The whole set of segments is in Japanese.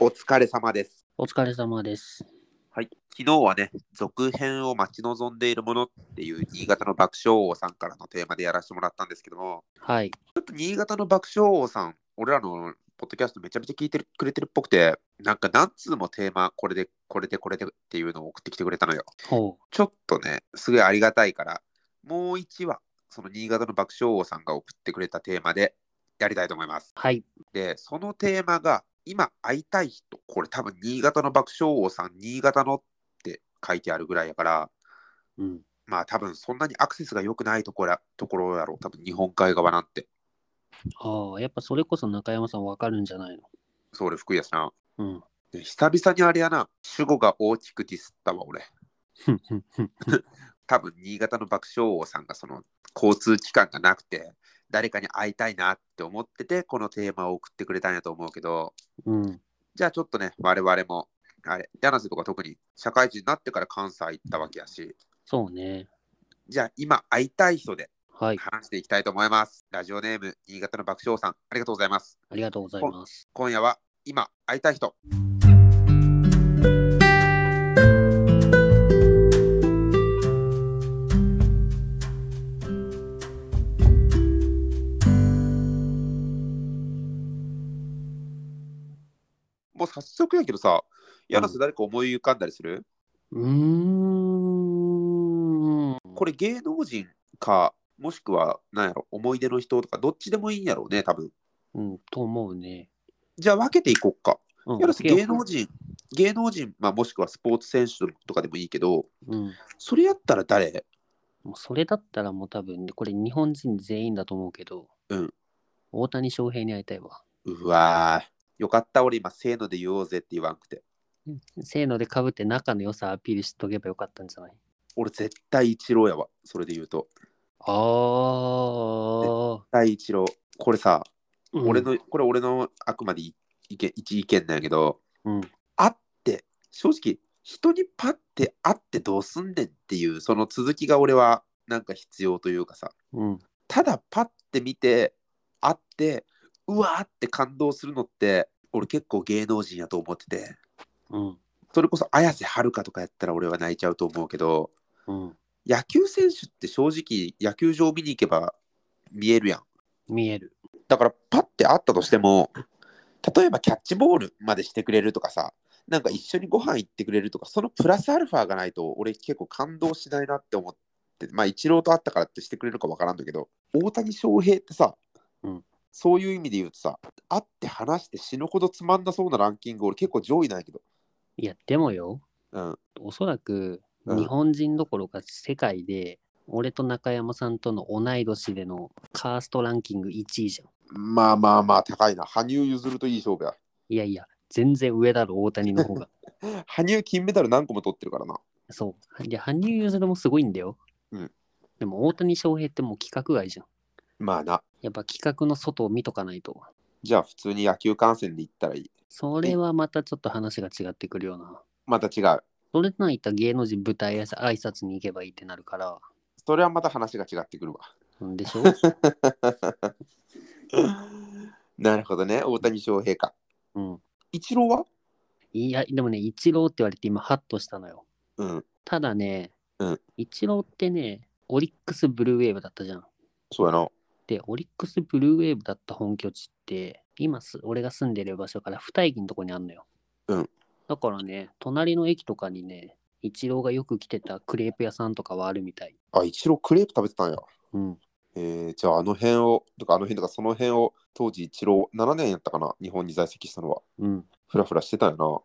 お疲れ様です。お疲れ様です。はい、昨日はね、続編を待ち望んでいるものっていう新潟の爆笑王さんからのテーマでやらせてもらったんですけども、はい。ちょっと新潟の爆笑王さん、俺らのポッドキャストめちゃめちゃ聞いてくれてるっぽくて、なんか何通もテーマ、これで、これで、これでっていうのを送ってきてくれたのよ。ほちょっとね、すごいありがたいから、もう一話、その新潟の爆笑王さんが送ってくれたテーマでやりたいと思います。う。はい。で、そのテーマが、今会いたい人、これ多分新潟の爆笑王さん、新潟のって書いてあるぐらいやから、うん。まあ多分そんなにアクセスが良くないところやところやろう、多分日本海側なんて。ああ、やっぱそれこそ中山さんわかるんじゃないのそれ福井やしな。うん。で久々にあれやな、主語が大きくディスったわ、俺。ふんふんふん多分新潟の爆笑王さんがその交通機関がなくて誰かに会いたいなって思っててこのテーマを送ってくれたんやと思うけどうん。じゃあちょっとね我々もあれ柳瀬とか特に社会人になってから関西行ったわけやしそうね。じゃあ今会いたい人ではい。話していきたいと思います、ラジオネーム新潟の爆笑王さんありがとうございますありがとうございます。今夜は今会いたい人もう早速やけどさ、柳瀬誰か思い浮かんだりする、うーん。これ芸能人か、もしくはなんやろ、思い出の人とか、どっちでもいいんやろうね、多分。うん。と思うね。じゃあ分けていこっか。うんやらせ芸能。人、芸能人、まあ、もしくはスポーツ選手とかでもいいけど、うん。それやったら誰もうそれだったらもう多分、これ日本人全員だと思うけど、うん。大谷翔平に会いたいわ。うわー、よかった、俺今、せーので言おうぜって言わんくて。せーので被って仲の良さアピールしとけばよかったんじゃない俺、絶対一郎やわ、それで言うと。ああ。絶対一郎。これさ、うん俺。の、これ俺のあくまでい意見一意見なんやけど、うん。会って、正直、人にパッて会ってどうすんねんっていう、その続きが俺は、なんか必要というかさ、うん。ただパッて見て会ってうわーって感動するのって俺結構芸能人やと思っててうん。それこそ綾瀬はるかとかやったら俺は泣いちゃうと思うけどうん。野球選手って正直野球場見に行けば見えるやん見える。だからパッて会ったとしても例えばキャッチボールまでしてくれるとかさなんか一緒にご飯行ってくれるとかそのプラスアルファがないと俺結構感動しないなって思ってまあイチローと会ったからってしてくれるか分からんだけど大谷翔平ってさ、うんそういう意味で言うとさ会って話して死ぬほどつまんなそうなランキング俺結構上位なんやけど、いや、でもよ。うん、おそらくうん日本人どころか世界で、俺と中山さんとの同い年でのカーストランキング1位じゃん。まあまあまあ高いな羽生結弦といい勝負やいやいや、全然上だろ、大谷の 方が。羽生金メダル何個も取ってるからなそう。で、羽生結弦もすごいんだよ。うんでも大谷翔平ってもう規格外じゃん。まあなやっぱ規格の外を見とかないと。じゃあ普通に野球観戦で行ったらいいそれはまたちょっと話が違ってくるような。また違うそれとないったら芸能人舞台挨拶に行けばいいってなるから。それはまた話が違って くるわ。うんでし ょなるほどね、大谷翔平か。うん。イチローはいや、でもね、イチローって言われて今ハッとしたのよ。うん、ただね、うんイチローってね、オリックスブルーウェーブだったじゃん。そうやな。で、オリックスブルーウェーブだった本拠地って、今す俺が住んでる場所から二駅のとこにあんのよ。うんだからね、隣の駅とかにね、イチローがよく来てたクレープ屋さんとかはあるみたい。あ、イチロークレープ食べてたんや。うん。えー、じゃああの辺を、とかあの辺とかその辺を、当時イチロー7年やったかな、日本に在籍したのは。うん。ふらふらしてたよな。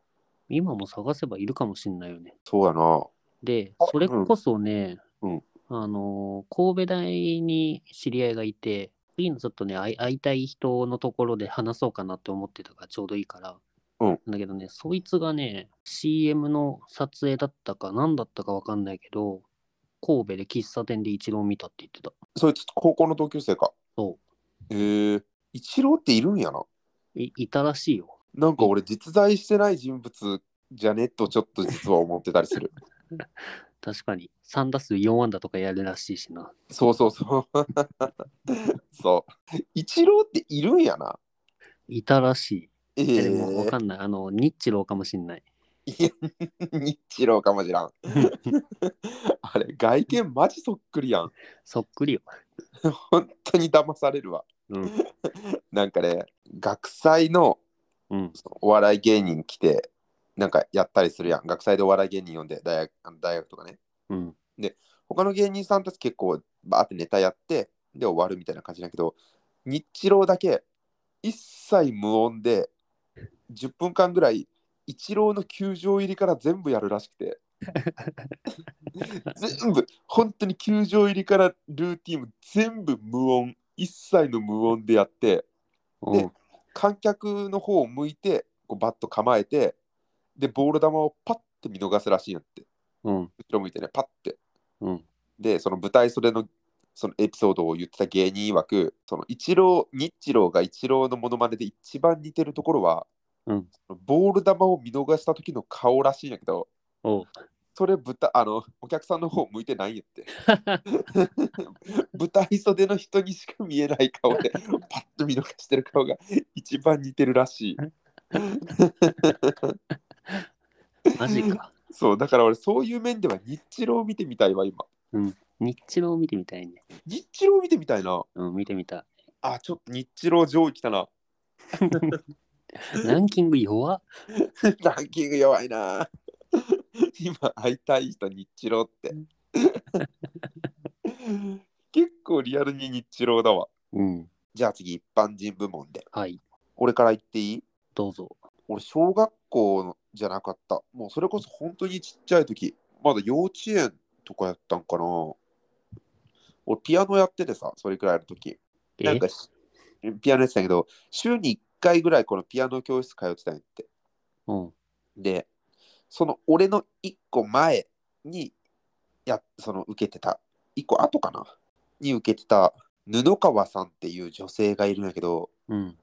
今も探せばいるかもしんないよね。そうやな。であ、それこそね、うんあのー神戸大に知り合いがいて、次のちょっとね、会い会いたい人のところで話そうかなって思ってたからちょうどいいから。うんだけどね、そいつがね、CM の撮影だったか何だったかわかんないけど、神戸で喫茶店で一郎見たって言ってた。そいつ高校の同級生か。そえー、イチローっているんやな。う。いいたらしいよ。なんか俺実在してない人物じゃねとちょっと実は思ってたりする。確かに。3打数4安打とかやるらしいしな。そうそうそう。 そう。イチローっているんやな。いたらしい。えいやでもわかんない。あの、ニッチローかもしんない。日郎かもしらん。 あれ、外見マジそっくりやん。そっくりよ。本当に騙されるわ。うん。なんかね、学祭のうん。お笑い芸人来て、なんかやったりするやん。学祭でお笑い芸人呼んで、大学あの大学とかね。うん。他の芸人さんたち結構バーってネタやってで終わるみたいな感じだけど日郎だけ一切無音で10分間ぐらい一郎の球場入りから全部やるらしくて全部本当に球場入りからルーティンも全部無音一切の無音でやっておう観客の方を向いてこうバッと構えてでボール球をパッて見逃すらしいんやってうん。後ろ向いてねパッてうん。でその舞台袖のそのエピソードを言ってた芸人曰くその一郎日郎が一郎のモノマネで一番似てるところは、うんそのボール球を見逃した時の顔らしいんやけどおう。それ舞台あのお客さんの方向いてないんやって 舞台袖の人にしか見えない顔でパッと見逃してる顔が一番似てるらしいマジ か。そうだから俺そういう面では日郎を見てみたいわ今ニッチロー見てみたいね。日郎を見てみたいなうん、見てみた。あちょっと日郎上位来たないランキング弱っ。 ランキング弱いな。 今会いたい人、日郎って。 結構リアルに日郎だわ。うん。じゃあ次、一般人部門で。はい。俺から言っていいどうぞ。俺、小学校じゃなかった。もうそれこそ本当にちっちゃい時。まだ幼稚園とかやったんかな。俺、ピアノやっててさ、それくらいの時。えなんかし、ピアノやってたけど、週に1回ぐらいこのピアノ教室通ってたんやって。うん。で、その俺の一個前にや、その受けてた、一個後かなに受けてた布川さんっていう女性がいるんだけど、うん。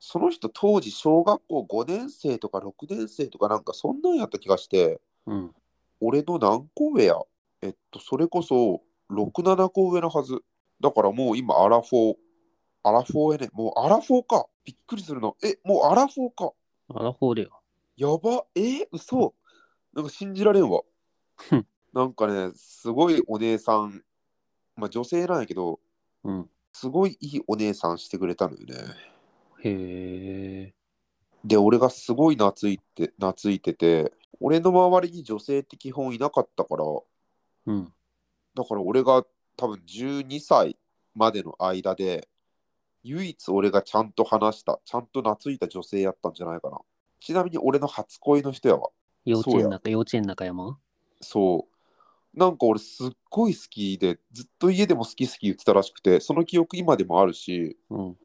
その人当時小学校5年生とか6年生とかなんかそんなんやった気がして、うん。俺の何個上やえっと、それこそ6、7個上のはず。だからもう今アラフォー。アラフォーやね。もうアラフォーか。びっくりするの。え、もうアラフォーか。アラフォーだよ。やばえー、嘘なんか信じられんわふん。なんかね、すごいお姉さん、まあ女性なんやけど、うん。すごいいいお姉さんしてくれたのよね。へえ。で、俺がすごい懐いて、懐いてて、俺の周りに女性って基本いなかったから、うん。だから俺が多分12歳までの間で、唯一俺がちゃんと話した、ちゃんと懐いた女性やったんじゃないかな。ちなみに俺の初恋の人やわ。幼稚そ園うや中、幼稚園中山そう。なんか俺すっごい好きでずっと家でも好き好き言ってたらしくてその記憶今でもあるしうん。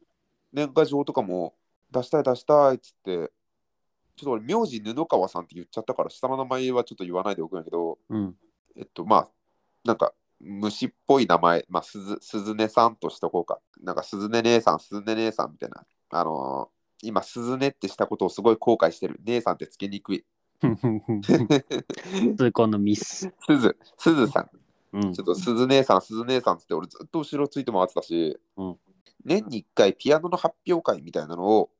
年賀状とかも出したい出したいっつってちょっと俺名字布川さんって言っちゃったから下の名前はちょっと言わないでおくんやけど うん。えっとまあなんか虫っぽい名前まあすずすずねさんとしとこうかなんかすずね姉さんすずね姉さんみたいなあのー今すずねってしたことをすごい後悔してる姉さんってつけにくい痛恨のミス。すずすずさんうんちょ。っと鈴姉さん、鈴姉さんっつって俺ずっと後ろついて回ってたし、うん年に1回ピアノの発表会みたいなのを、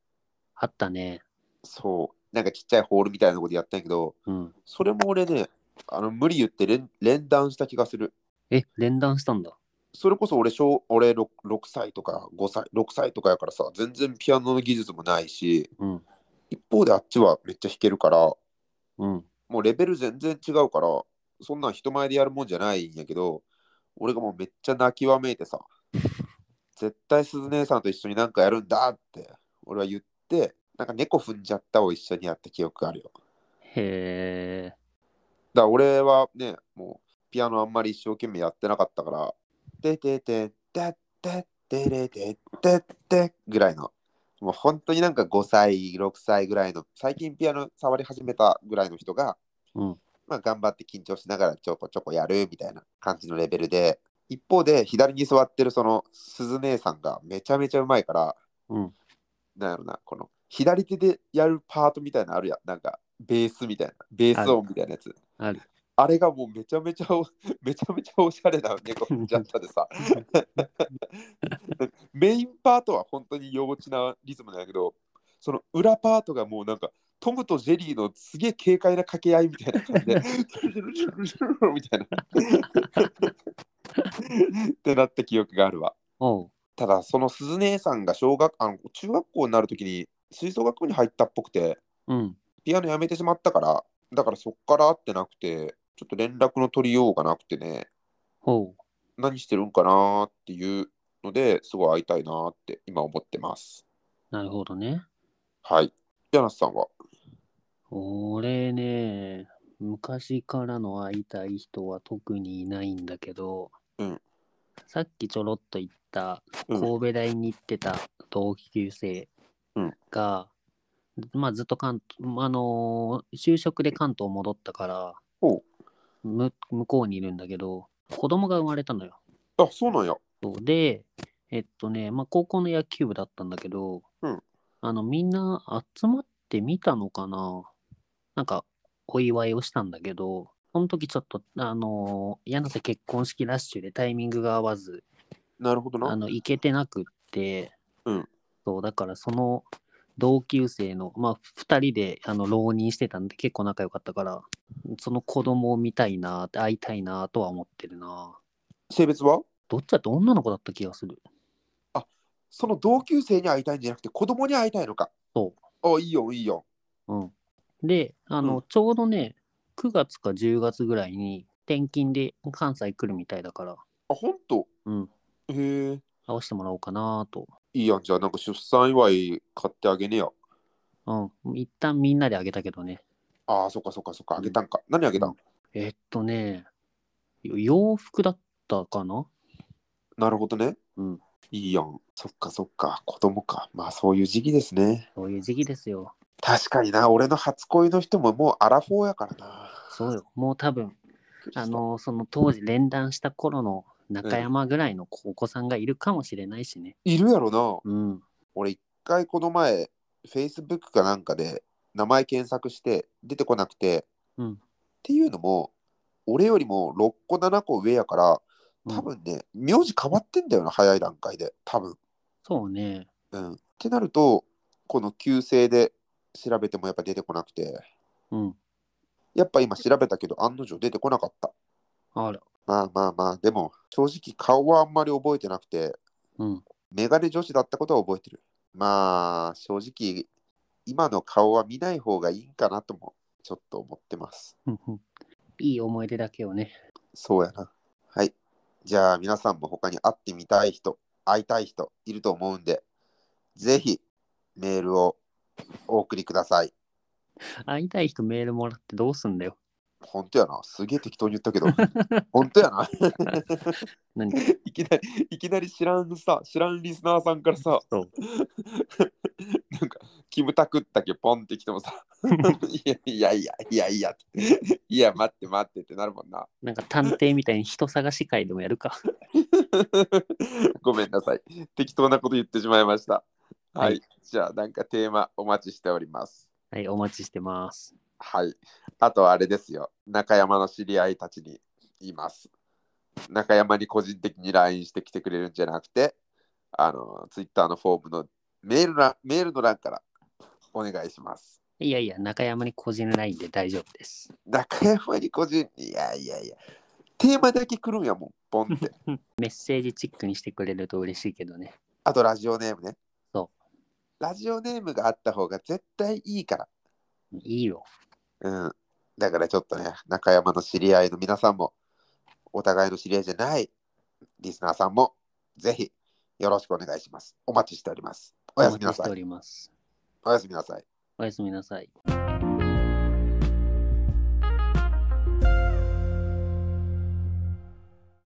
あったね。そう、なんかちっちゃいホールみたいなとこでやったんやけど、うん。それも俺ね、あの無理言って連連弾した気がする。え、連弾したんだ。それこそ俺小、俺 6, 6歳とか5歳、6歳とかやからさ、全然ピアノの技術もないし、うん。一方であっちはめっちゃ弾けるから、うん。もうレベル全然違うから、そんなん人前でやるもんじゃないんやけど、俺がもうめっちゃ泣きわめいてさ、絶対鈴姉さんと一緒になんかやるんだって、俺は言って、なんか猫踏んじゃったを一緒にやった記憶があるよ。だかへえ。ら俺はね、もうピアノあんまり一生懸命やってなかったから、ててててててれてててぐらいの、もう本当になんか5歳、6歳ぐらいの、最近ピアノ触り始めたぐらいの人が、うん。まあ、頑張って緊張しながらちょこちょこやるみたいな感じのレベルで、一方で左に座ってるその鈴姉さんがめちゃめちゃうまいから、うん。なんやろな、この左手でやるパートみたいなのあるやん、なんかベースみたいな、ベース音みたいなやつ。ある。あれがもうめちゃめちゃお めちゃめちゃおしゃれな猫踏んじゃったでさメインパートは本当に幼稚なリズムなんやけどその裏パートがもうなんか、トムとジェリーのすげえ軽快な掛け合いみたいな感じで、 みたいな。ってなった記憶があるわ。おう。ただ、その鈴姉さんが小学あの中学校になるときに吹奏楽部に入ったっぽくて、うん。ピアノやめてしまったから、だからそっから会ってなくて、ちょっと連絡の取りようがなくてね。おう。何してるんかなーっていうのですごい会いたいなーって今思ってます。なるほどね。はい。柳瀬さんは俺ね、昔からの会いたい人は特にいないんだけど、うんさっきちょろっと言ったうん神戸大に行ってた同級生うんが、まあずっと関東、あのー就職で関東戻ったからほむ向こうにいるんだけど子供が生まれたのよ。あ、そうなんや。そうでえっとね、まあ、高校の野球部だったんだけど、うんあのみんな集まってみたのかななんかお祝いをしたんだけどその時ちょっとあのー柳瀬結婚式ラッシュでタイミングが合わずなるほどあな。の行けてなくって、うんそうだからその同級生の、まあ、2人であの浪人してたんで結構仲良かったからその子供を見たいなって会いたいなとは思ってるな性別はどっちだって女の子だった気がするその同級生に会いたいんじゃなくて子供に会いたいのか。。そうあ、いいよ、いいよ。うん、であの、うんちょうどね9月か10月ぐらいに転勤で関西来るみたいだからあ、ほんと。うんへえ。会わせてもらおうかなと、いいやん。じゃあなんか出産祝い買ってあげねや。うん、一旦みんなであげたけどねあー、そっかそっかそっか。あげたんか。何あげたんえっとね洋服だったかななるほどね。うん。いいやん。そっかそっか。子供か。まあそういう時期ですね。そういう時期ですよ確かにな。俺の初恋の人ももうアラフォーやからな。そうよもう多分あのその当時連弾した頃の中山ぐらいのお子さんがいるかもしれないしねいるやろな。うん俺一回この前、Facebook かなんかで名前検索して出てこなくて、うんっていうのも、俺よりも6個7個上やから、うん多分ね、名字変わってんだよな、早い段階で、多分。そうねうん。ってなると、この旧姓で調べてもやっぱ出てこなくて、うんやっぱ今調べたけど案の定出てこなかった。あらまあまあまあ、でも正直顔はあんまり覚えてなくて、うんメガネ女子だったことは覚えてる。まあ、正直、今の顔は見ない方がいいんかなとも、ちょっと思ってます。うんうんいい思い出だけをねそうやな。はい。じゃあ、皆さんも他に会ってみたい人、会いたい人いると思うんで、ぜひメールをお送りください。会いたい人メールもらってどうすんだよ。本当やな。すげえ適当に言った けど、本当やな。何いきなり、いきなり知らんさ、知らんリスナーさんからさ、そうなんか、キムタクだけポンってきても さ、いやいやいやいやいやって、いや待って待ってってなるもんな。なんか探偵みたいに人探し会でもやるか。 ごめんなさい。適当なこと言ってしまいました。はい。はいじゃあ、なんかテーマお待ちしております。はい、お待ちしてます。はい。あとはあれですよ。中山の知り合いたちに言います。中山に個人的に LINE してきてくれるんじゃなくて、あの、Twitter のフォームのメール欄メールの欄からお願いします。いやいや、中山に個人ラインで大丈夫です。中山に個人、いやいやいや。テーマだけ来るんやもん、ポン って。メッセージチックにしてくれると嬉しいけどね。あとラジオネームね。。そうラジオネームがあった方が絶対いいから。いいよ。うん。だからちょっとね、中山の知り合いの皆さんも、お互いの知り合いじゃないリスナーさんも、ぜひよろしくお願いします。お待ちしております。おやすみなお待ちしさておい。ります。おやすみなさい。おやすみなさい。